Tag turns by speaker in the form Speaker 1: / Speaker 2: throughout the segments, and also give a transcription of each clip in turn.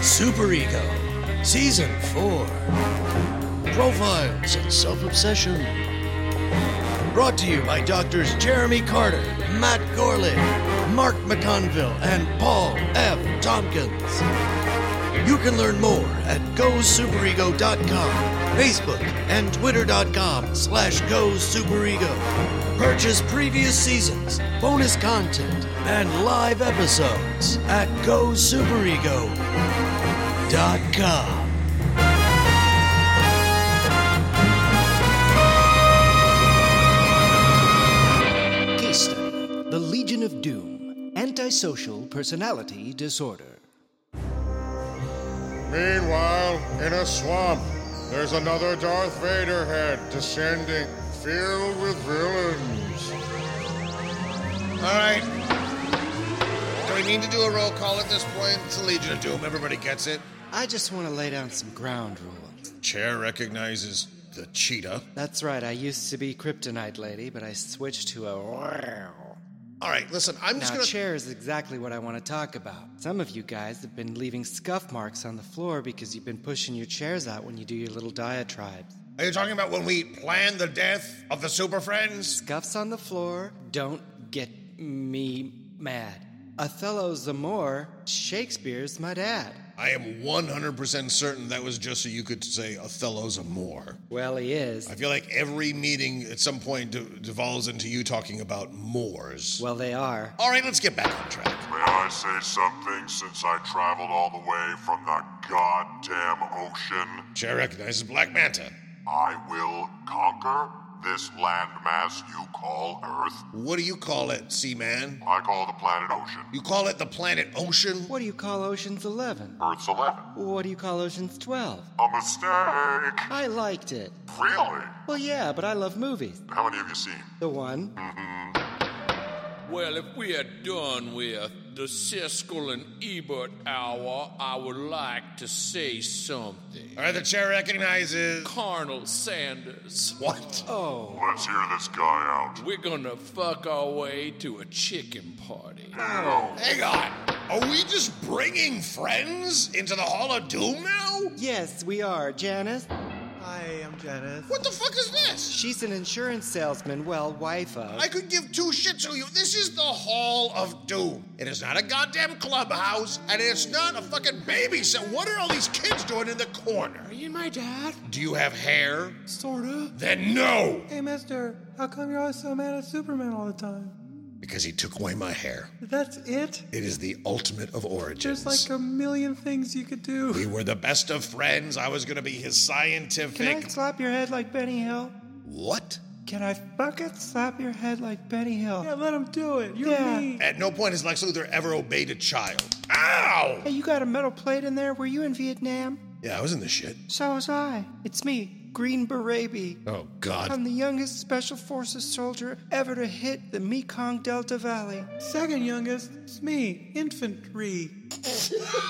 Speaker 1: Super Ego, Season 4 Profiles and Self Obsession. Brought to you by Doctors Jeremy Carter, Matt Gorley, Mark McConville, and Paul F. Tompkins. You can learn more at gosuperego.com, Facebook, and twitter.com slash gosuperego. Purchase previous seasons, bonus content, and live episodes at gosuperego.com.
Speaker 2: Case study The Legion of Doom Antisocial Personality Disorder.
Speaker 3: Meanwhile, in a swamp, there's another Darth Vader head descending, filled with villains.
Speaker 4: All right. Do we need to do a roll call at this point? It's the Legion of Doom. Everybody gets it.
Speaker 2: I just want to lay down some ground rules.
Speaker 4: Chair recognizes the cheetah.
Speaker 2: That's right, I used to be Kryptonite Lady, but I switched to a.
Speaker 4: All right, listen, I'm just
Speaker 2: Now,
Speaker 4: going to.
Speaker 2: chair is exactly what I want to talk about. Some of you guys have been leaving scuff marks on the floor because you've been pushing your chairs out when you do your little diatribes.
Speaker 4: Are you talking about when we planned the death of the Super Friends?
Speaker 2: Scuffs on the floor don't get me mad. Othello Zamor, Shakespeare's my dad.
Speaker 4: I am 100% certain that was just so you could say Othello's a Moor.
Speaker 2: Well, he is.
Speaker 4: I feel like every meeting at some point de- devolves into you talking about Moors.
Speaker 2: Well, they are.
Speaker 4: All right, let's get back on track.
Speaker 5: May I say something since I traveled all the way from the goddamn ocean?
Speaker 4: Chair recognizes Black Manta.
Speaker 5: I will conquer this landmass you call Earth.
Speaker 4: What do you call it, Seaman?
Speaker 5: I call the planet Ocean
Speaker 4: You call it the planet Ocean?
Speaker 2: What do you call Ocean's 11?
Speaker 5: Earth's 11.
Speaker 2: What do you call Ocean's 12?
Speaker 5: A mistake!
Speaker 2: I liked it.
Speaker 5: Really?
Speaker 2: Well, yeah, but I love movies.
Speaker 5: How many have you seen?
Speaker 2: The one.
Speaker 6: Well, if we are done with the Siskel and Ebert hour, I would like to say something.
Speaker 4: All right, the chair recognizes.
Speaker 6: Colonel Sanders,
Speaker 4: What?
Speaker 2: Oh.
Speaker 5: Let's hear this guy out.
Speaker 6: we're gonna fuck our way to a chicken party.
Speaker 4: Hang on. Are we just bringing friends into the Hall of Doom now?
Speaker 2: Yes, we are. Janice?
Speaker 7: Hi, I'm Janice.
Speaker 4: What the fuck is this?
Speaker 2: She's an insurance salesman, well, wife of.
Speaker 4: I could give two shits who you. This is the Hall of Doom. It is not a goddamn clubhouse, and it's not a fucking babysit. What are all these kids doing in the corner?
Speaker 6: Are you my dad?
Speaker 4: Do you have hair?
Speaker 7: Sorta.
Speaker 4: Then no!
Speaker 7: Hey, mister, how come you're always so mad at Superman all the time?
Speaker 4: Because he took away my hair.
Speaker 7: That's it?
Speaker 4: It is the ultimate of origins.
Speaker 7: There's like a million things you could do.
Speaker 4: we were the best of friends. I was gonna be his scientific.
Speaker 7: Can I slap your head like Benny Hill?
Speaker 4: what?
Speaker 7: Can I fucking slap your head like Benny Hill? Yeah, let him do it. You're yeah.
Speaker 4: At no point has Lex Luthor ever obeyed a child. Ow!
Speaker 7: Hey, you got a metal plate in there? Were you in Vietnam?
Speaker 4: Yeah, I was in the shit.
Speaker 7: So was I. It's me, Green Beret Bee.
Speaker 4: Oh, God.
Speaker 7: I'm the youngest Special Forces soldier ever to hit the Mekong Delta Valley. Second youngest, it's me, infantry.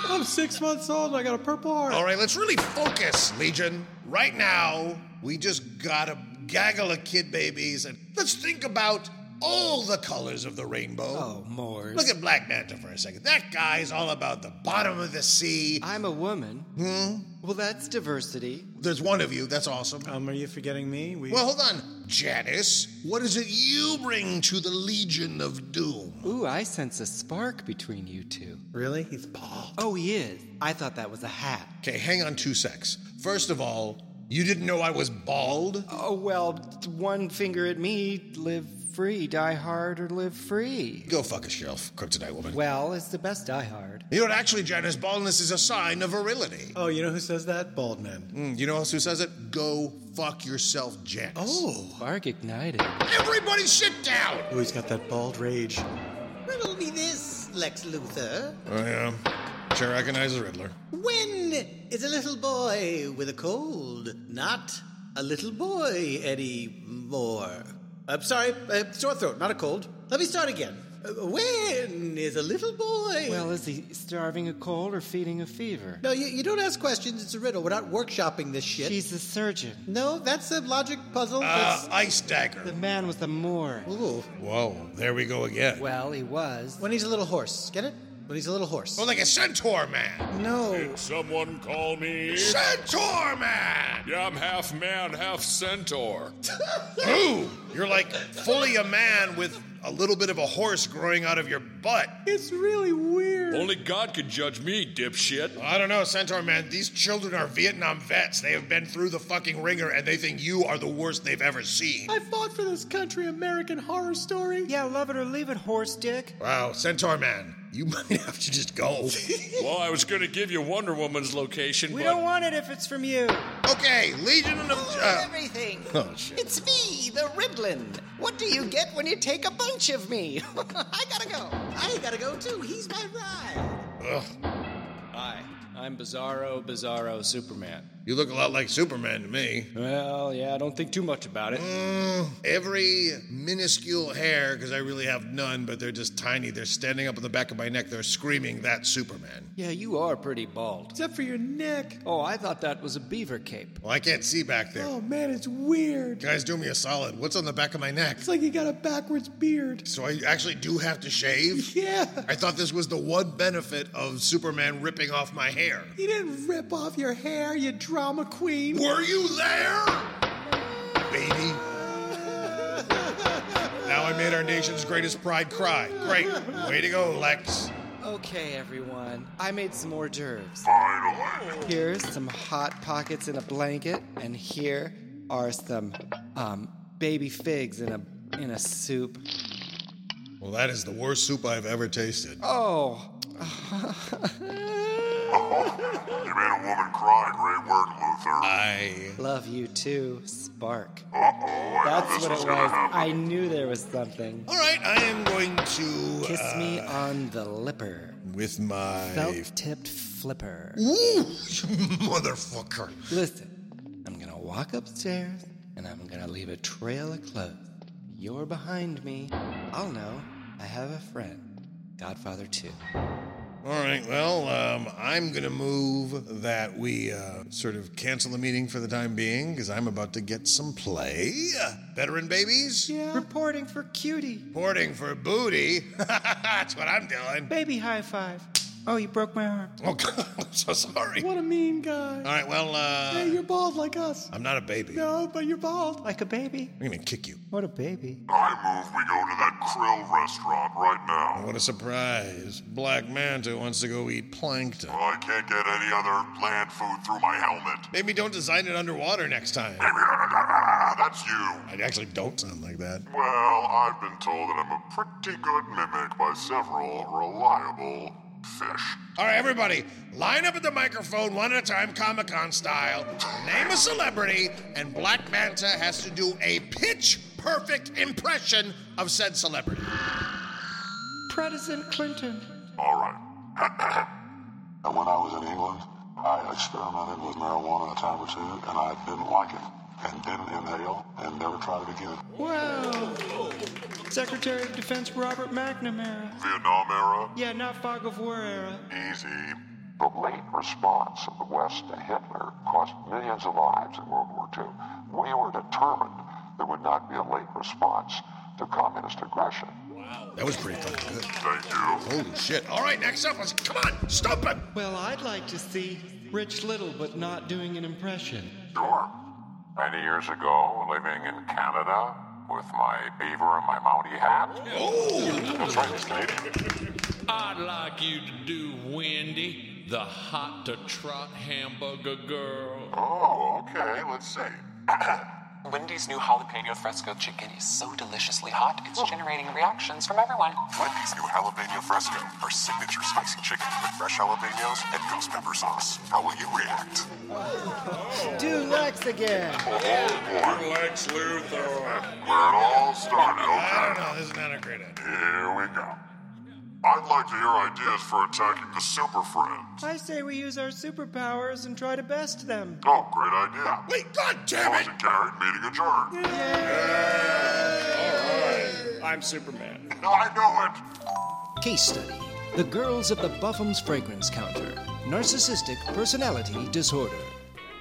Speaker 7: I'm six months old and I got a purple heart.
Speaker 4: All right, let's really focus, Legion. Right now, we just got a gaggle of kid babies, and let's think about all the colors of the rainbow.
Speaker 2: Oh, Moors.
Speaker 4: Look at Black Manta for a second. That guy's all about the bottom of the sea.
Speaker 2: I'm a woman.
Speaker 4: Hmm?
Speaker 2: Well, that's diversity.
Speaker 4: There's one of you. That's awesome.
Speaker 7: Um, are you forgetting me? We
Speaker 4: Well, hold on. Janice, what is it you bring to the Legion of Doom?
Speaker 2: Ooh, I sense a spark between you two.
Speaker 7: really? He's Paul.
Speaker 2: Oh, he is. I thought that was a hat.
Speaker 4: Okay, hang on two secs. First of all, you didn't know I was bald?
Speaker 2: Oh, well, one finger at me, live free, die hard, or live free.
Speaker 4: Go fuck yourself, Kryptonite woman.
Speaker 2: Well, it's the best die hard.
Speaker 4: You know what? Actually, Janice, baldness is a sign of virility.
Speaker 7: Oh, you know who says that? Bald man.
Speaker 4: Mm, you know else who says it? Go fuck yourself, Janice. Oh.
Speaker 2: Spark ignited.
Speaker 4: Everybody sit down!
Speaker 7: Oh, he's got that bald rage.
Speaker 8: Riddle me this, Lex Luthor.
Speaker 4: I am. Chair recognizes Riddler.
Speaker 8: When is a little boy with a cold not a little boy anymore? I'm sorry, uh, sore throat, not a cold. Let me start again. Uh, when is a little boy?
Speaker 2: Well, is he starving a cold or feeding a fever?
Speaker 8: no, you, you don't ask questions. It's a riddle. We're not workshopping this shit.
Speaker 2: She's a surgeon.
Speaker 8: No, that's a logic puzzle.
Speaker 4: Uh,
Speaker 8: that's...
Speaker 4: ice dagger.
Speaker 2: The man was a Moor.
Speaker 8: Ooh.
Speaker 4: Whoa, there we go again.
Speaker 2: Well, he was.
Speaker 8: When he's a little horse. Get it? But he's a little horse.
Speaker 4: Or Oh, like a centaur man.
Speaker 8: no.
Speaker 5: Did someone call me?
Speaker 4: Centaur man!
Speaker 5: Yeah, I'm half man, half centaur.
Speaker 4: Ooh, you're like fully a man with a little bit of a horse growing out of your butt.
Speaker 7: It's really weird.
Speaker 5: Only God could judge me, dipshit.
Speaker 4: I don't know, Centaur man. These children are Vietnam vets. They have been through the fucking ringer and they think you are the worst they've ever seen.
Speaker 7: I fought for this country, American Horror Story.
Speaker 2: Yeah, love it or leave it, horse dick.
Speaker 4: Wow, Centaur man, you might have to just go.
Speaker 5: Well, I was gonna give you Wonder Woman's location,
Speaker 2: We
Speaker 5: but
Speaker 2: don't want it if it's from you.
Speaker 4: okay, Legion of. Uh,
Speaker 9: everything.
Speaker 4: oh, shit.
Speaker 9: It's me, the Riblin. What do you get when you take a bunch of me? I gotta go. I gotta go too. He's my ride.
Speaker 4: Ugh,
Speaker 2: Hi, I'm Bizarro Bizarro Superman.
Speaker 4: you look a lot like Superman to me. Mm,
Speaker 2: Well, yeah, don't think too much about it.
Speaker 4: Every minuscule hair, because I really have none, but they're just tiny. They're standing up on the back of my neck. They're screaming, That's Superman.
Speaker 2: Yeah, you are pretty bald.
Speaker 7: Except for your neck.
Speaker 2: Oh, I thought that was a beaver cape.
Speaker 4: Well, I can't see back there.
Speaker 7: Oh man, it's weird.
Speaker 4: Guys, do me a solid. What's on the back of my neck?
Speaker 7: It's like you got a backwards beard.
Speaker 4: So I actually do have to shave?
Speaker 7: Yeah.
Speaker 4: I thought this was the one benefit of Superman ripping off my hair.
Speaker 7: You didn't rip off your hair, you drama queen.
Speaker 4: Were you there? Baby. Now I made our nation's greatest pride cry. Great. Way to go, Lex.
Speaker 2: Okay, everyone. I made some hors d'oeuvres.
Speaker 5: finally.
Speaker 2: Here's some hot pockets in a blanket, and here are some um baby figs in a in a soup.
Speaker 4: Well, that is the worst soup I've ever tasted.
Speaker 2: Oh,
Speaker 5: You made a woman cry. Great work, Luther.
Speaker 4: I.
Speaker 2: love you too, Spark.
Speaker 5: Uh oh, I know
Speaker 2: That's
Speaker 5: this
Speaker 2: what it
Speaker 5: was gonna
Speaker 2: was.
Speaker 5: happen.
Speaker 2: I knew there was something.
Speaker 4: All right, I am going to.
Speaker 2: Kiss
Speaker 4: uh,
Speaker 2: me on the lipper.
Speaker 4: With my.
Speaker 2: Felt tipped flipper.
Speaker 4: Ooh, you motherfucker.
Speaker 2: Listen, I'm gonna walk upstairs and I'm gonna leave a trail of clothes. You're behind me. I'll know. I have a friend. Godfather 2.
Speaker 4: All right, well, um, I'm going to move that we uh, sort of cancel the meeting for the time being because I'm about to get some play. Veteran uh, babies?
Speaker 7: Yeah.
Speaker 2: Reporting for cutie.
Speaker 4: Reporting for booty. That's what I'm doing.
Speaker 2: Baby high five. Oh, you broke my arm.
Speaker 4: Oh, God, I'm so sorry. All
Speaker 7: What a mean guy.
Speaker 4: right, well,
Speaker 7: Hey,
Speaker 4: uh,
Speaker 7: you're bald like us.
Speaker 4: I'm not a baby. I'm
Speaker 7: No, but you're bald.
Speaker 2: Like a baby.
Speaker 4: going to kick you.
Speaker 2: What a baby.
Speaker 5: I move we go to that krill restaurant right now.
Speaker 4: What a surprise. Black Manta wants to go eat plankton.
Speaker 5: Well, I can't get any other land food through my helmet.
Speaker 4: Maybe don't design it underwater next time.
Speaker 5: That's you.
Speaker 4: I actually don't sound like that.
Speaker 5: Well, I've been told that I'm a pretty good mimic by several reliable fish.
Speaker 4: All right, everybody, line up at the microphone one at a time, Comic Con style. Name a celebrity, and Black Manta has to do a pitch perfect impression of said celebrity.
Speaker 2: President Clinton.
Speaker 5: All right.
Speaker 10: And when I was in England, I experimented with marijuana a time or two, and I didn't like it, and didn't inhale, and never tried it again.
Speaker 2: Wow. Secretary of Defense Robert McNamara.
Speaker 5: Vietnam era,
Speaker 2: Yeah, not fog of war era.
Speaker 5: easy.
Speaker 10: The late response of the West to Hitler cost millions of lives in World War II. We were determined there would not be a late response to communist aggression.
Speaker 4: That was pretty fucking good.
Speaker 5: Thank you.
Speaker 4: Holy shit. All right, next up, let's come on, stump him.
Speaker 2: Well, I'd like to see Rich Little, but not doing an impression.
Speaker 10: Sure. Many years ago, living in Canada with my beaver and my Mountie hat.
Speaker 4: Oh,
Speaker 10: That's right, it's Canadian.
Speaker 11: I'd like you to do Wendy, the hot to trot hamburger girl.
Speaker 5: Oh, okay, let's see.
Speaker 6: Wendy's new jalapeno fresco chicken is so deliciously hot,
Speaker 5: Oh.
Speaker 6: it's generating reactions from everyone.
Speaker 10: Wendy's new jalapeno fresco, our signature spicy chicken with fresh jalapenos and ghost pepper sauce. How will you react?
Speaker 2: Do Lex again.
Speaker 5: Lex Luthor. Where it all started,
Speaker 4: I don't
Speaker 5: okay.
Speaker 4: know. This is not a great idea.
Speaker 5: Here we go. I'd like to hear ideas for attacking the Super Friends.
Speaker 2: I say we use our superpowers and try to best them.
Speaker 5: Oh, great idea.
Speaker 4: Wait, god damn it.
Speaker 5: Motion carried, meeting adjourned.
Speaker 7: I'm Superman.
Speaker 5: No, I know it.
Speaker 9: Case study The girls at the Buffum's fragrance counter. Narcissistic personality disorder.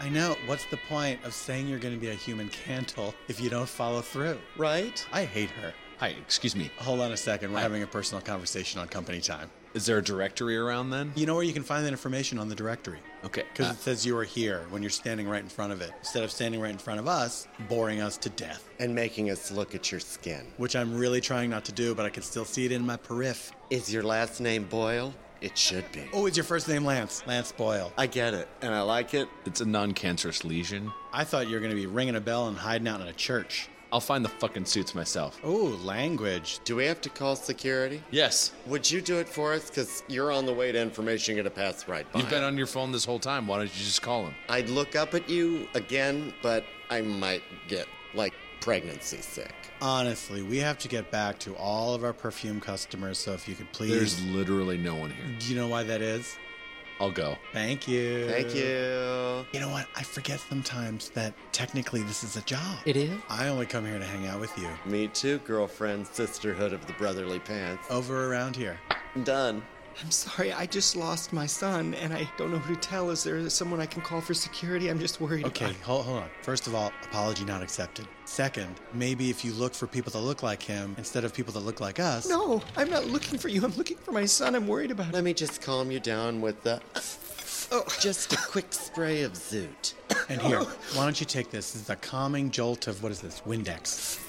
Speaker 8: I know. What's the point of saying you're going to be a human candle if you don't follow through? Right? I hate her.
Speaker 12: Hi, excuse me.
Speaker 8: Hold on a second. We're having a personal conversation on company time.
Speaker 12: Is there a directory around then?
Speaker 8: You know where you can find that information on the directory.
Speaker 12: Okay. Uh,
Speaker 8: Because it says you are here when you're standing right in front of it, instead of standing right in front of us, boring us to death.
Speaker 13: And making us look at your skin.
Speaker 8: Which I'm really trying not to do, but I can still see it in my periph.
Speaker 13: Is your last name Boyle? It should be.
Speaker 8: Oh, it's your first name Lance. Lance Boyle.
Speaker 13: I get it, and I like it.
Speaker 12: It's a non cancerous lesion.
Speaker 8: I thought you were going to be ringing a bell and hiding out in a church.
Speaker 12: I'll find the fucking suits myself.
Speaker 8: Oh, language.
Speaker 13: Do we have to call security?
Speaker 12: Yes.
Speaker 13: Would you do it for us? Because you're on the way to information going to pass right by.
Speaker 12: You've been on your phone this whole time. Why don't you just call him?
Speaker 13: I'd look up at you again, but I might get, like, pregnancy sick.
Speaker 8: Honestly, we have to get back to all of our perfume customers, so if you could please.
Speaker 12: There's literally no one here.
Speaker 8: Do you know why that is?
Speaker 12: I'll go.
Speaker 8: Thank you.
Speaker 13: Thank you.
Speaker 8: You know what? I forget sometimes that technically this is a job.
Speaker 13: It is?
Speaker 8: I only come here to hang out with you.
Speaker 13: Me too, girlfriend, sisterhood of the brotherly pants.
Speaker 8: Over around here.
Speaker 13: Done.
Speaker 14: I'm sorry, I just lost my son, and I don't know who to tell. Is there someone I can call for security? I'm just worried.
Speaker 8: Okay,
Speaker 14: about-
Speaker 8: hold, hold on. First of all, apology not accepted. Second, maybe if you look for people that look like him instead of people that look like us.
Speaker 14: No, I'm not looking for you. I'm looking for my son. I'm worried about
Speaker 13: Let me just calm you down with the. Oh. Just a quick spray of Zoot.
Speaker 8: And here, why don't you take this? This is a calming jolt of what is this? Windex.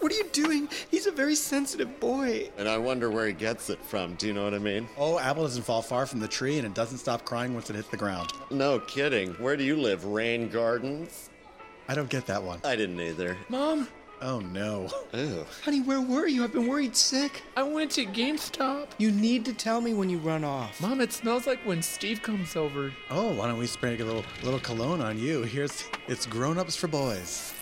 Speaker 14: What are you doing? He's a very sensitive boy.
Speaker 13: And I wonder where he gets it from. Do you know what I mean?
Speaker 8: Oh, apple doesn't fall far from the tree and it doesn't stop crying once it hits the ground.
Speaker 13: No kidding. Where do you live? Rain Gardens?
Speaker 8: I don't get that one.
Speaker 13: I didn't either.
Speaker 15: Mom,
Speaker 8: Oh no.
Speaker 13: Ew.
Speaker 14: Honey, where were you? I've been worried sick.
Speaker 15: I went to GameStop.
Speaker 14: You need to tell me when you run off.
Speaker 15: Mom, it smells like when Steve comes over.
Speaker 8: Oh, why don't we spray a little little cologne on you? Here's it's grown ups for boys.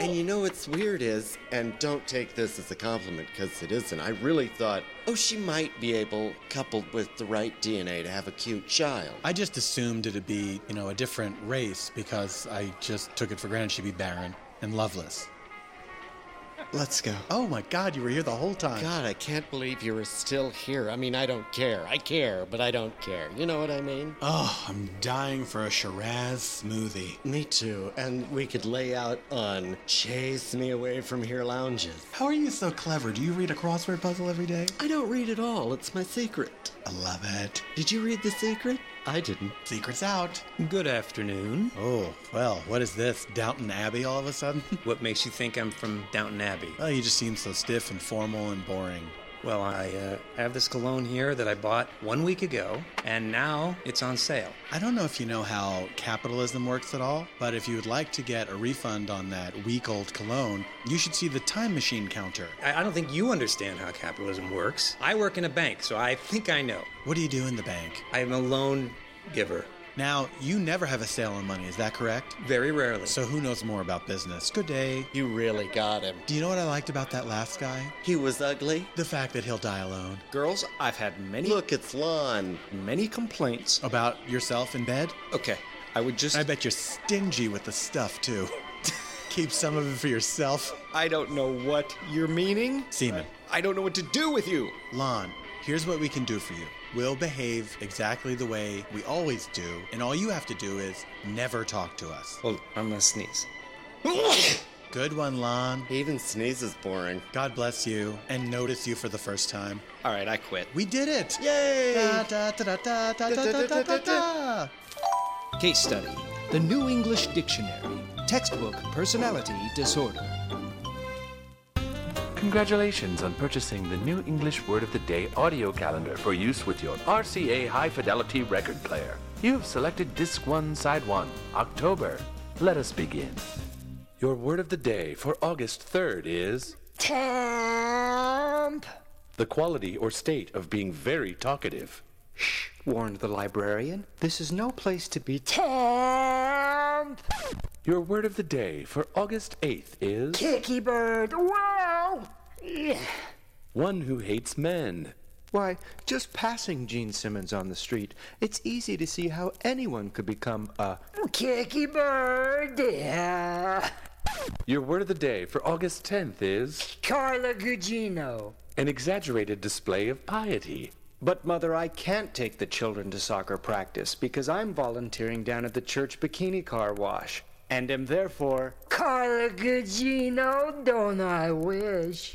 Speaker 13: And you know what's weird is, and don't take this as a compliment because it isn't, I really thought, oh, she might be able, coupled with the right DNA, to have a cute child.
Speaker 8: I just assumed it'd be, you know, a different race because I just took it for granted she'd be barren and loveless.
Speaker 14: Let's go.
Speaker 8: Oh my god, you were here the whole time.
Speaker 13: God, I can't believe you were still here. I mean, I don't care. I care, but I don't care. You know what I mean?
Speaker 8: Oh, I'm dying for a Shiraz smoothie.
Speaker 13: Me too. And we could lay out on Chase Me Away From Here lounges.
Speaker 8: How are you so clever? Do you read a crossword puzzle every day?
Speaker 13: I don't read at all. It's my secret.
Speaker 8: I love it.
Speaker 13: Did you read The Secret? I didn't.
Speaker 8: Secret's out.
Speaker 16: Good afternoon.
Speaker 8: Oh, well, what is this? Downton Abbey all of a sudden?
Speaker 16: What makes you think I'm from Downton Abbey?
Speaker 8: well, you just seem so stiff and formal and boring.
Speaker 16: Well, I uh, have this cologne here that I bought one week ago, and now it's on sale.
Speaker 8: I don't know if you know how capitalism works at all, but if you would like to get a refund on that week old cologne, you should see the time machine counter.
Speaker 16: I, I don't think you understand how capitalism works. I work in a bank, so I think I know.
Speaker 8: What do you do in the bank?
Speaker 16: I'm a loan giver.
Speaker 8: Now, you never have a sale on money, is that correct?
Speaker 16: Very rarely.
Speaker 8: So who knows more about business? Good day.
Speaker 13: You really got him.
Speaker 8: Do you know what I liked about that last guy?
Speaker 13: He was ugly.
Speaker 8: The fact that he'll die alone.
Speaker 16: Girls, I've had many,
Speaker 13: Look, it's Lon.
Speaker 16: many complaints.
Speaker 8: About yourself in bed?
Speaker 16: Okay, I would just.
Speaker 8: I bet you're stingy with the stuff, too. Keep some of it for yourself.
Speaker 14: I don't know what you're meaning.
Speaker 8: Seaman.
Speaker 14: I don't know what to do with you.
Speaker 8: Lon, here's what we can do for you. We'll behave exactly the way we always do, and all you have to do is never talk to us.
Speaker 16: Hold on, I'm gonna sneeze.
Speaker 8: Good one, Lon.
Speaker 13: Even sneeze is boring.
Speaker 8: God bless you and notice you for the first time.
Speaker 16: All right, I quit.
Speaker 8: We did it!
Speaker 13: Yay!
Speaker 8: Da, da, da, da, da, da, da, da, da, da.
Speaker 17: Case study The New English Dictionary, textbook personality disorder.
Speaker 6: Congratulations on purchasing the New English Word of the Day audio calendar for use with your RCA High Fidelity record player. You've selected Disc 1, Side 1, October. Let us begin. Your word of the day for August 3rd is
Speaker 18: Temp.
Speaker 6: the quality or state of being very talkative.
Speaker 18: Shh, warned the librarian. This is no place to be temp.
Speaker 6: Your word of the day for August 8th is
Speaker 18: Kicky bird. Wow.
Speaker 6: one who hates men.
Speaker 17: Why, just passing Gene Simmons on the street, it's easy to see how anyone could become a.
Speaker 18: Kicky bird. Yeah.
Speaker 6: Your word of the day for August 10th is
Speaker 18: Carla Gugino.
Speaker 6: an exaggerated display of piety.
Speaker 17: But, Mother, I can't take the children to soccer practice because I'm volunteering down at the church bikini car wash and am therefore.
Speaker 19: Carragugino, don't I wish?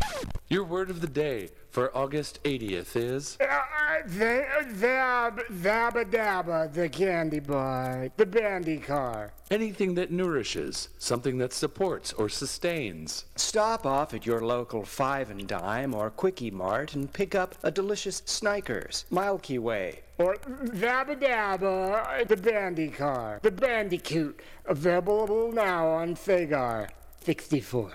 Speaker 6: Your word of the day for August 80th is.
Speaker 19: Uh, uh, the- uh, Zab, Zabba Dabba, the candy bar, the bandy car.
Speaker 6: Anything that nourishes, something that supports or sustains.
Speaker 17: Stop off at your local Five and Dime or Quickie Mart and pick up a delicious Snickers, Milky Way,
Speaker 19: Or Zabba Dabba, the bandy car, the bandicoot, available now on Segar 64.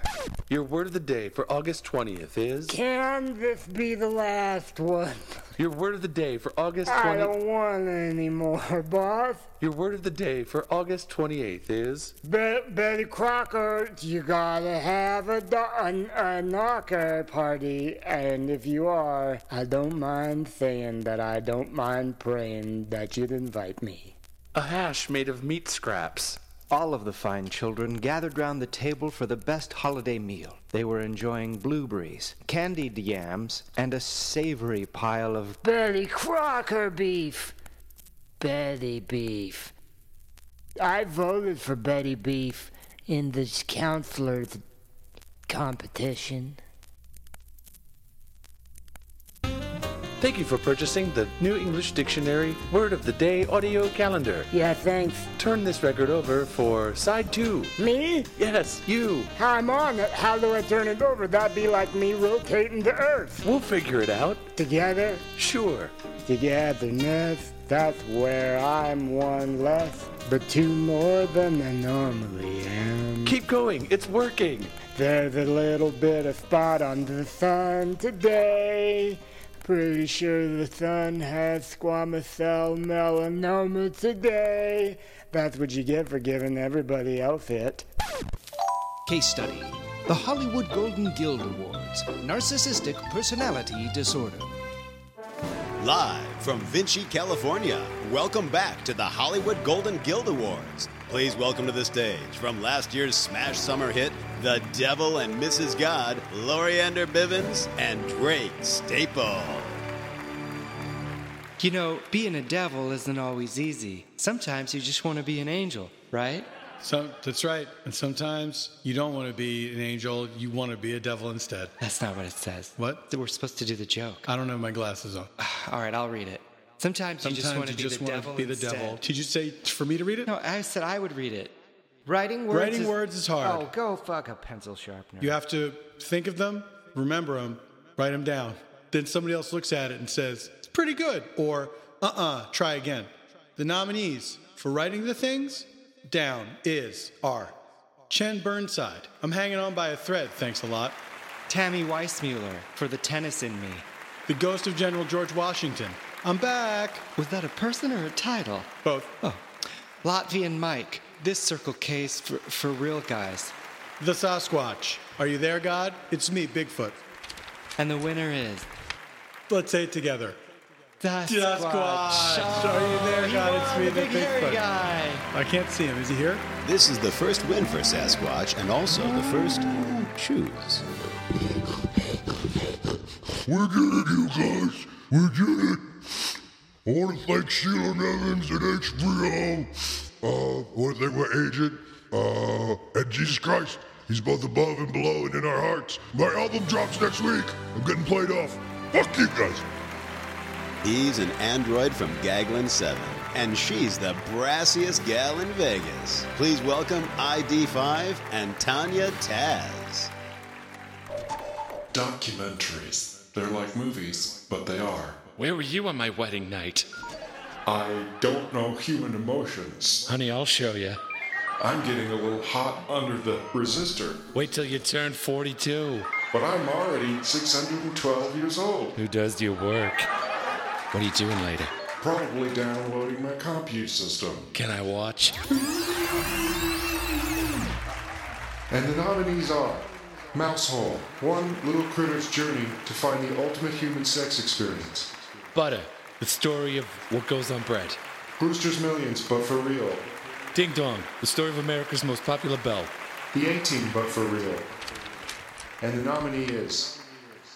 Speaker 6: Your word of the day for August 20th is.
Speaker 19: Can this be the last one?
Speaker 6: Your word of the day for August
Speaker 19: I
Speaker 6: 20th.
Speaker 19: don't want any more, boss.
Speaker 6: Your word of the day for August 28th is.
Speaker 19: Be- Betty Crocker, you gotta have a, do- a, a knocker party, and if you are, I don't mind saying that I don't mind praying that you'd invite me.
Speaker 6: A hash made of meat scraps.
Speaker 17: All of the fine children gathered round the table for the best holiday meal. They were enjoying blueberries, candied yams, and a savory pile of
Speaker 19: Betty Crocker beef! Betty beef. I voted for Betty beef in this counselor's competition.
Speaker 6: Thank you for purchasing the New English Dictionary Word of the Day audio calendar.
Speaker 19: Yeah, thanks.
Speaker 6: Turn this record over for side two.
Speaker 19: Me?
Speaker 6: Yes, you.
Speaker 19: I'm on it. How do I turn it over? That'd be like me rotating the earth.
Speaker 6: We'll figure it out.
Speaker 19: Together?
Speaker 6: Sure.
Speaker 19: Togetherness, that's where I'm one less, but two more than I normally am.
Speaker 6: Keep going, it's working.
Speaker 19: There's a little bit of spot on the sun today. Pretty sure the sun has squamous cell melanoma today. That's what you get for giving everybody else it.
Speaker 20: Case study The Hollywood Golden Guild Awards Narcissistic Personality Disorder.
Speaker 21: Live from Vinci, California, welcome back to the Hollywood Golden Guild Awards. Please welcome to the stage from last year's smash summer hit, The Devil and Mrs. God, Loriander Bivens and Drake Staple.
Speaker 2: You know, being a devil isn't always easy. Sometimes you just want to be an angel, right?
Speaker 8: So that's right. And sometimes you don't want to be an angel, you want to be a devil instead.
Speaker 2: That's not what it says.
Speaker 8: What?
Speaker 2: That we're supposed to do the joke.
Speaker 8: I don't have my glasses on.
Speaker 2: All right, I'll read it. Sometimes, you just want to
Speaker 8: Sometimes you
Speaker 2: be
Speaker 8: just
Speaker 2: the
Speaker 8: want
Speaker 2: devil.
Speaker 8: to be the
Speaker 2: instead.
Speaker 8: devil. Did you say for me to read it?
Speaker 2: No, I said I would read it. Writing words.
Speaker 8: Writing
Speaker 2: is,
Speaker 8: words is hard.
Speaker 2: Oh, go fuck a pencil sharpener.
Speaker 8: You have to think of them, remember them, write them down. Then somebody else looks at it and says, it's pretty good, or uh uh try again. The nominees for writing the things down is are Chen Burnside. I'm hanging on by a thread, thanks a lot.
Speaker 2: Tammy Weissmuller for the tennis in me.
Speaker 8: The ghost of General George Washington. I'm back.
Speaker 2: Was that a person or a title?
Speaker 8: Both.
Speaker 2: Oh. Latvian Mike. This circle case for, for real guys.
Speaker 8: The Sasquatch. Are you there, God? It's me, Bigfoot.
Speaker 2: And the winner is.
Speaker 8: Let's say it together.
Speaker 2: Sasquatch.
Speaker 8: Sasquatch. Are you there, God? It's me, the, Bigfoot. I can't see him. Is he here?
Speaker 21: This is the first win for Sasquatch and also the first shoes.
Speaker 5: We're good at you guys. We did it. I want to thank Sheila Evans at HBO. Uh, I want to thank my agent. Uh, and Jesus Christ, he's both above and below and in our hearts. My album drops next week. I'm getting played off. Fuck you guys.
Speaker 21: He's an android from Gaglin 7, and she's the brassiest gal in Vegas. Please welcome ID5 and Tanya Taz.
Speaker 10: Documentaries. They're like movies, but they are. Where were you on my wedding night? I don't know human emotions. Honey, I'll show you. I'm getting a little hot under the resistor. Wait till you turn 42. But I'm already 612 years old.
Speaker 6: Who does your work? What are you doing later?
Speaker 10: Probably downloading my compu system.
Speaker 6: Can I watch?
Speaker 10: And the nominees are Mousehole, one little critter's journey to find the ultimate human sex experience.
Speaker 6: Butter. The story of what goes on bread.
Speaker 10: Brewster's Millions, but for real.
Speaker 6: Ding Dong. The story of America's most popular bell.
Speaker 10: The A Team, but for real. And the nominee is.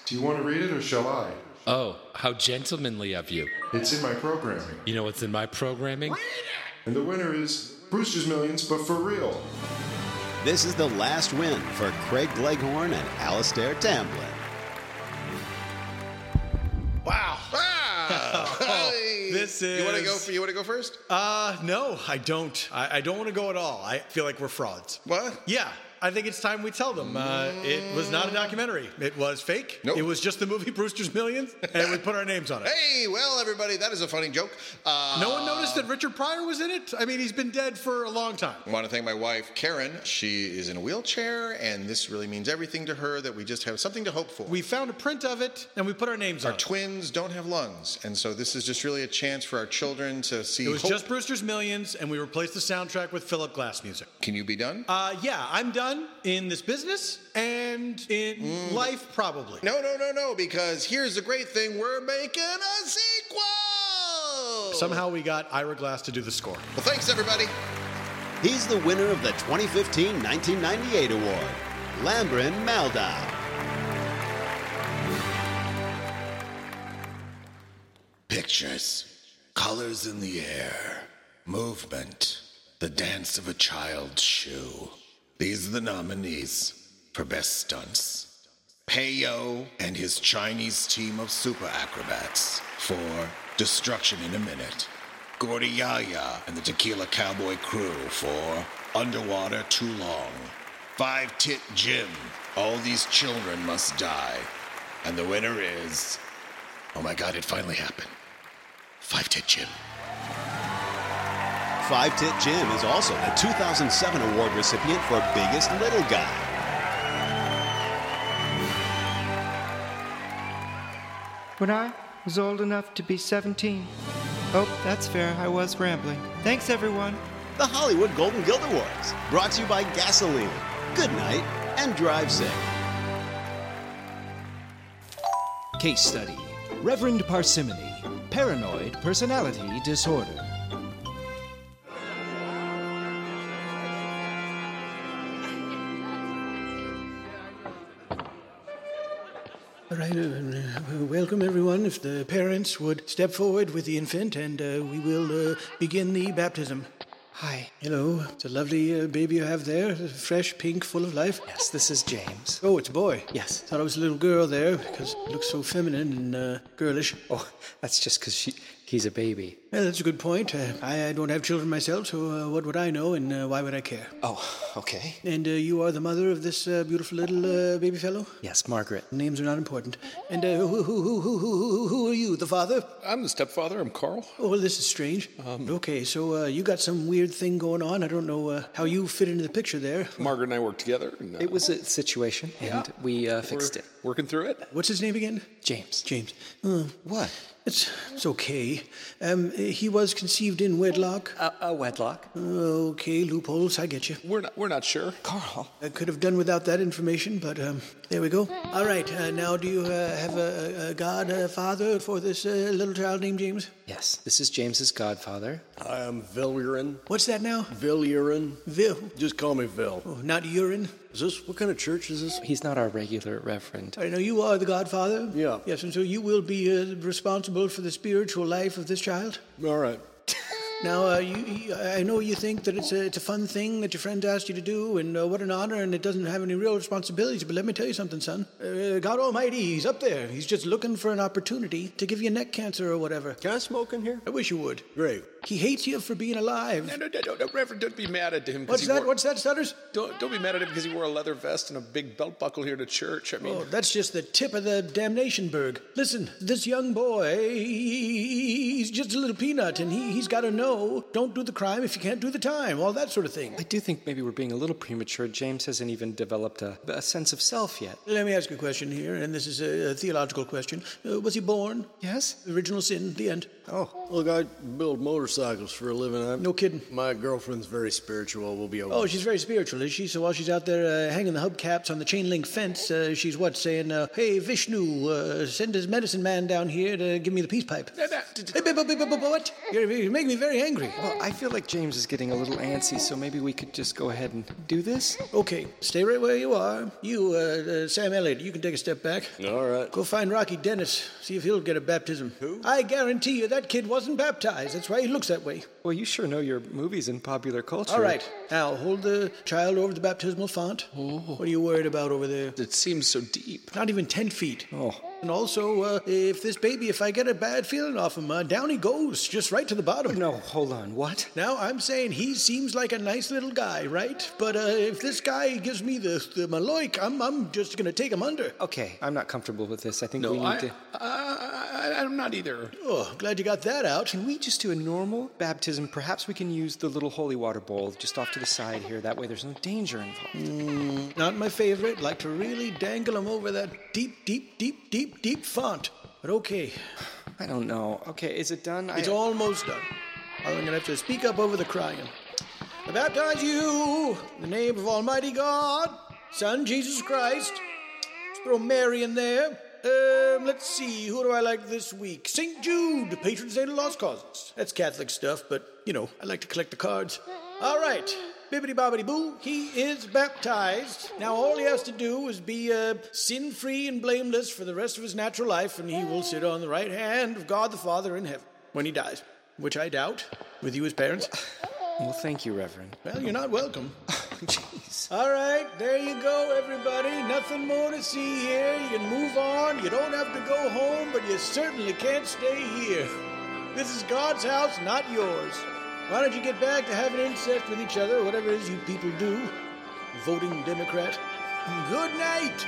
Speaker 10: Do you want to read it or shall I?
Speaker 6: Oh, how gentlemanly of you.
Speaker 10: It's in my programming.
Speaker 6: You know what's in my programming?
Speaker 10: And the winner is Brewster's Millions, but for real.
Speaker 21: This is the last win for Craig Leghorn and Alistair Tamblin.
Speaker 4: Wow.
Speaker 8: Oh, this
Speaker 4: You want to
Speaker 8: is-
Speaker 4: go? For, you want to go first?
Speaker 8: Uh, no, I don't. I, I don't want to go at all. I feel like we're frauds. What? Yeah. I think it's time we tell them. Uh, it was not a documentary. It was fake. It was just the movie Brewster's Millions, and we put our names on it.
Speaker 4: Hey, well, everybody, that is a funny joke. Uh,
Speaker 8: No one noticed that Richard Pryor was in it? I mean, he's been dead for a long time.
Speaker 4: I want to thank my wife, Karen. She is in a wheelchair, and this really means everything to her that we just have something to hope for. We
Speaker 8: found a print of it, and we put our names
Speaker 4: our on it. Our twins don't have lungs, and so this is just really a chance for our children to see
Speaker 8: It was
Speaker 4: hope.
Speaker 8: just Brewster's Millions, and we replaced the soundtrack with Philip Glass music.
Speaker 4: Can you be done?
Speaker 8: Uh, yeah, I'm done in this business and in life, probably.
Speaker 4: Mm. No, no, no, no, because here's the great thing we're making a sequel!
Speaker 8: Somehow we got Ira Glass to do the score.
Speaker 4: Well, thanks, everybody.
Speaker 21: He's the winner of the 2015-1998 award, Lambrin Maldow.
Speaker 4: Pictures, colors in the air, movement, the dance of a child's shoe. These are the nominees for best stunts. Peyo and his Chinese team of super acrobats for Destruction in a Minute. Gordy Yaya and the Tequila Cowboy crew for Underwater Too Long. Five Tit Jim, All These Children Must Die. And the winner is. Oh my god, it finally happened. Five Tit Jim.
Speaker 21: Five Tit Jim is also the 2007 award recipient for Biggest Little Guy.
Speaker 17: When I was old enough to be 17. Oh, that's fair. I was rambling. Thanks, everyone.
Speaker 21: The Hollywood Golden Guild Awards, brought to you by Gasoline. Good night and drive safe.
Speaker 20: Case study Reverend Parsimony, paranoid personality disorder.
Speaker 9: All right, uh, uh, welcome everyone. If the parents would step forward with the infant, and uh, we will uh, begin the baptism. Hi. Hello. It's a lovely uh, baby you have there. Fresh, pink, full of life. Yes, this is James. Oh, it's a boy. Yes. Thought it was a little girl there because it looks so feminine and uh, girlish. Oh, that's just because she he's a baby. Well, that's a good point. Uh, I, I don't have children myself, so uh, what would I know and uh, why would I care?
Speaker 16: Oh, okay.
Speaker 9: And uh, you are the mother of this uh, beautiful little uh, baby fellow?
Speaker 16: Yes, Margaret.
Speaker 9: Names are not important. And uh, who, who, who, who, who, who are you, the father?
Speaker 3: I'm the stepfather. I'm Carl. Um,
Speaker 9: Oh, well, this is strange. okay, so uh, you got some weird thing going on. I don't know uh, how you fit into the picture there.
Speaker 3: Margaret and I work together. And, uh,
Speaker 9: It was
Speaker 3: a
Speaker 9: situation,
Speaker 3: and
Speaker 9: we uh,
Speaker 3: fixed it. Working through it.
Speaker 9: What's his name again? James. James. Uh, what? It's it's okay. Um, he was conceived in wedlock. A, a wedlock. Okay, loopholes. I get you.
Speaker 3: We're not. We're not sure.
Speaker 9: Carl. I could have done without that information, but um, there we go. All right. Uh, now, do you uh, have a, a- a godfather for this uh, little child named James?
Speaker 3: Yes, this is James's godfather.
Speaker 9: I am Villurin. What's that now? Villurin. Vil.
Speaker 3: Just call me Vil.
Speaker 9: Oh, not urine.
Speaker 3: Is this what kind of church is this? He's not our regular reverend.
Speaker 9: I know you are the godfather. Yeah. Yes, and so you will be uh, responsible for the spiritual life of this child.
Speaker 3: All right.
Speaker 9: Now, uh, you, you, I know you think that it's a, it's a fun thing that your friends asked you to do, and uh, what an honor, and it doesn't have any real responsibilities. But let me tell you something, son. Uh, God Almighty, He's up there. He's just looking for an opportunity to give you neck cancer or whatever. Can I smoke in here? I wish you would. Great. He hates you for being alive.
Speaker 3: No, no, no, no, no, Reverend, don't be mad at him. 'cause
Speaker 9: What's
Speaker 3: he
Speaker 9: that?
Speaker 3: Wore,
Speaker 9: What's that, Stutters?
Speaker 3: don't, don't be mad at him because he wore a leather vest and a big belt buckle here to church. I mean,
Speaker 9: Oh, that's just the tip of the damnation berg. Listen, this young boy, he- he's just a little peanut, and he, he's got to know don't do the crime if you can't do the time, all that sort of thing.
Speaker 16: I do think maybe we're being a little premature. James hasn't even developed a, a sense of self yet.
Speaker 9: Let me ask you a question here, and this is a, a theological question. Uh, was he born? Yes. Original sin, the end. Oh.
Speaker 22: Look, I build motorcycles for a living. I'm,
Speaker 9: no kidding.
Speaker 22: My girlfriend's very spiritual. We'll be over.
Speaker 9: Oh, she's very spiritual, is she? So while she's out there uh, hanging the hubcaps on the chain link fence, uh, she's what, saying, uh, hey, Vishnu, uh, send his medicine man down here to give me the peace pipe.
Speaker 3: No, no,
Speaker 9: Hey, bu- bu- bu- bu- bu- What? You're, you're making me very very angry.
Speaker 23: Well, I feel like James is getting a little antsy, so maybe we could just go ahead and do this.
Speaker 9: Okay, stay right where you are. You, uh, uh, Sam Elliott, you can take a step back.
Speaker 24: All right.
Speaker 9: Go find Rocky Dennis. See if he'll get a baptism. Who? I guarantee you that kid wasn't baptized. That's why he looks that way.
Speaker 23: Well, you sure know your movies and popular culture.
Speaker 9: All right. Now hold the child over the baptismal font. What are you worried about over there?
Speaker 23: Oh. It seems so deep.
Speaker 9: Not even ten feet. Oh. And also, uh, if this baby, if I get a bad feeling off him, uh, down he goes, just right to the bottom.
Speaker 23: No, hold on. What?
Speaker 9: Now I'm saying he seems like a nice little guy, right? But uh, if this guy gives me the the maloik, I'm I'm just gonna take him under.
Speaker 23: Okay, I'm not comfortable with this. I think
Speaker 9: No,
Speaker 23: we need
Speaker 9: I-
Speaker 23: to.
Speaker 9: I, I'm not either.
Speaker 23: Oh,
Speaker 9: glad you got that out.
Speaker 23: Can we just do a normal baptism? Perhaps we can use the little holy water bowl just off to the side here. That way there's no danger involved.
Speaker 9: Mm, not my favorite. Like to really dangle him over that deep, deep, deep, deep, deep font. But okay,
Speaker 23: I don't know. Okay, is it done?
Speaker 9: it's
Speaker 23: I,
Speaker 9: almost done. I'm gonna have to speak up over the crying. I baptize you in the name of Almighty God, Son Jesus Christ. Let's throw Mary in there. Um, let's see, who do I like this week? St. Jude, patron saint of lost causes. That's Catholic stuff, but you know, I like to collect the cards. All right, bibbity bobbity boo, he is baptized. Now all he has to do is be uh, sin free and blameless for the rest of his natural life, and he will sit on the right hand of God the Father in heaven when he dies, which I doubt with you as parents.
Speaker 23: Well, thank you, Reverend.
Speaker 9: Well, you're not welcome.
Speaker 1: Oh,
Speaker 9: Jeez. All right, there you go, everybody. Nothing more to see here. You can move on. You don't have to go home, but you certainly can't stay here. This is God's house, not yours. Why don't you get back to having incest with each other, whatever it is you people do? Voting Democrat. Good night.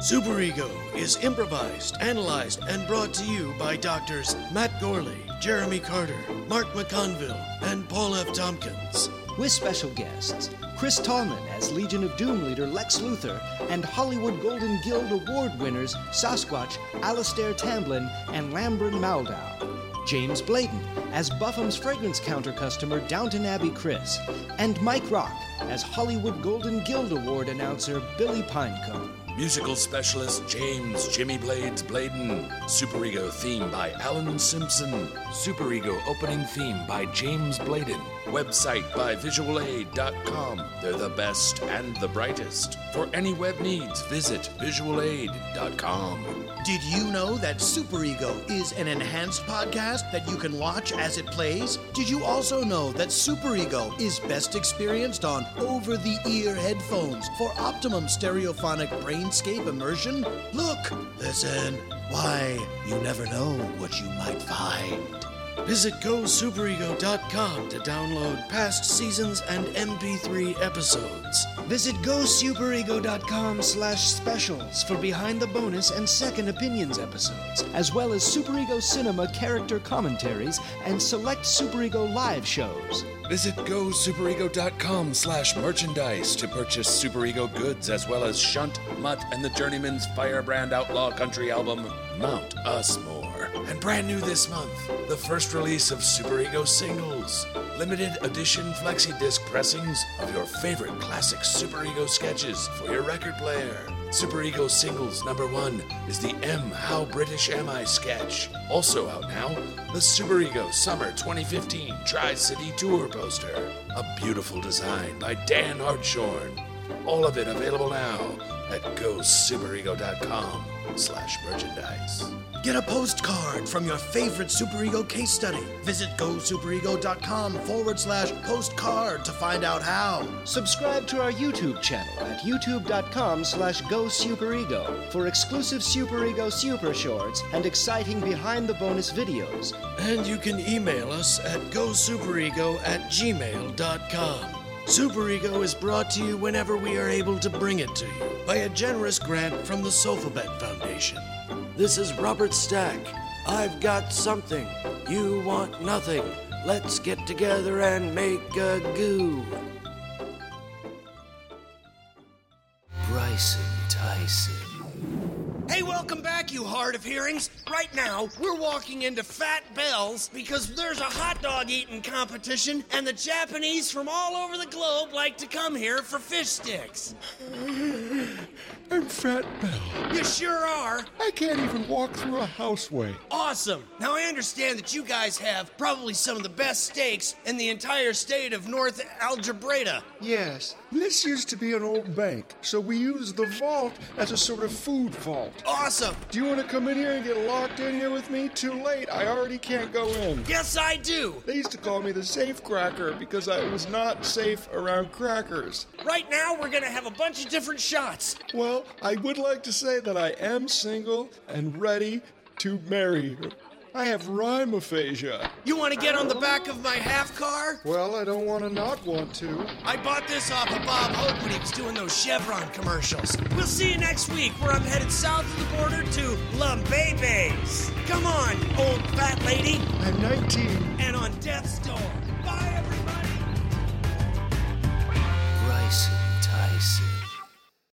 Speaker 1: Superego is improvised, analyzed, and brought to you by doctors Matt Gorley, Jeremy Carter, Mark McConville, and Paul F. Tompkins.
Speaker 2: With special guests Chris Tallman as Legion of Doom leader Lex Luthor and Hollywood Golden Guild Award winners Sasquatch, Alastair Tamblyn, and Lambron Maldow. James Bladen as Buffum's fragrance counter customer Downton Abbey Chris, and Mike Rock as Hollywood Golden Guild Award announcer Billy Pinecone.
Speaker 6: Musical specialist James Jimmy Blades Bladen. Super Ego theme by Alan Simpson. Super Ego opening theme by James Bladen. Website by visualaid.com. They're the best and the brightest. For any web needs, visit visualaid.com.
Speaker 1: Did you know that Superego is an enhanced podcast that you can watch as it plays? Did you also know that Superego is best experienced on over the ear headphones for optimum stereophonic brainscape immersion? Look, listen, why, you never know what you might find. Visit GoSuperego.com to download past seasons and MP3 episodes.
Speaker 2: Visit gosuperego.com slash specials for behind the bonus and second opinions episodes, as well as Superego Cinema character commentaries and select Superego live shows.
Speaker 6: Visit gosuperego.com slash merchandise to purchase Super Ego goods as well as Shunt, Mutt, and the Journeyman's Firebrand Outlaw Country album, Mount Us More. And brand new this month, the first release of Super Ego singles, limited edition flexi disc pressings of your favorite classic Super Ego sketches for your record player. Super Ego Singles number one is the M How British Am I sketch. Also out now, the Super Ego Summer 2015 Tri City Tour poster. A beautiful design by Dan Hartshorn. All of it available now at gosuperego.com slash merchandise.
Speaker 1: Get a postcard from your favorite Superego case study. Visit gosuperego.com forward slash postcard to find out how.
Speaker 2: Subscribe to our YouTube channel at youtube.com slash gosuperego for exclusive Superego super shorts and exciting behind the bonus videos.
Speaker 1: And you can email us at gosuperego at gmail.com. Superego is brought to you whenever we are able to bring it to you by a generous grant from the Sofabet Foundation. This is Robert Stack. I've got something. You want nothing. Let's get together and make a goo.
Speaker 25: Bryson Tyson. Hey, welcome back, you hard of hearings. Right now, we're walking into Fat Bell's because there's a hot dog eating competition, and the Japanese from all over the globe like to come here for fish sticks.
Speaker 26: I'm Fat Bell.
Speaker 25: You sure are.
Speaker 26: I can't even walk through a houseway.
Speaker 25: Awesome. Now, I understand that you guys have probably some of the best steaks in the entire state of North Algebreda.
Speaker 26: Yes, this used to be an old bank, so we use the vault as a sort of food vault.
Speaker 25: Awesome.
Speaker 26: Do you want to come in here and get locked in here with me? Too late. I already can't go in.
Speaker 25: Yes, I do.
Speaker 26: They used to call me the safe cracker because I was not safe around crackers.
Speaker 25: Right now, we're going to have a bunch of different shots.
Speaker 26: Well, I would like to say that I am single and ready to marry. I have rhyme aphasia.
Speaker 25: You want to get on the back of my half car?
Speaker 26: Well, I don't want to not want to.
Speaker 25: I bought this off of Bob Hope when he was doing those Chevron commercials. We'll see you next week where I'm headed south of the border to Lumbebe's. Come on, old fat lady.
Speaker 26: I'm 19.
Speaker 25: And on death's door. Bye, everybody.
Speaker 12: Bryson Tyson.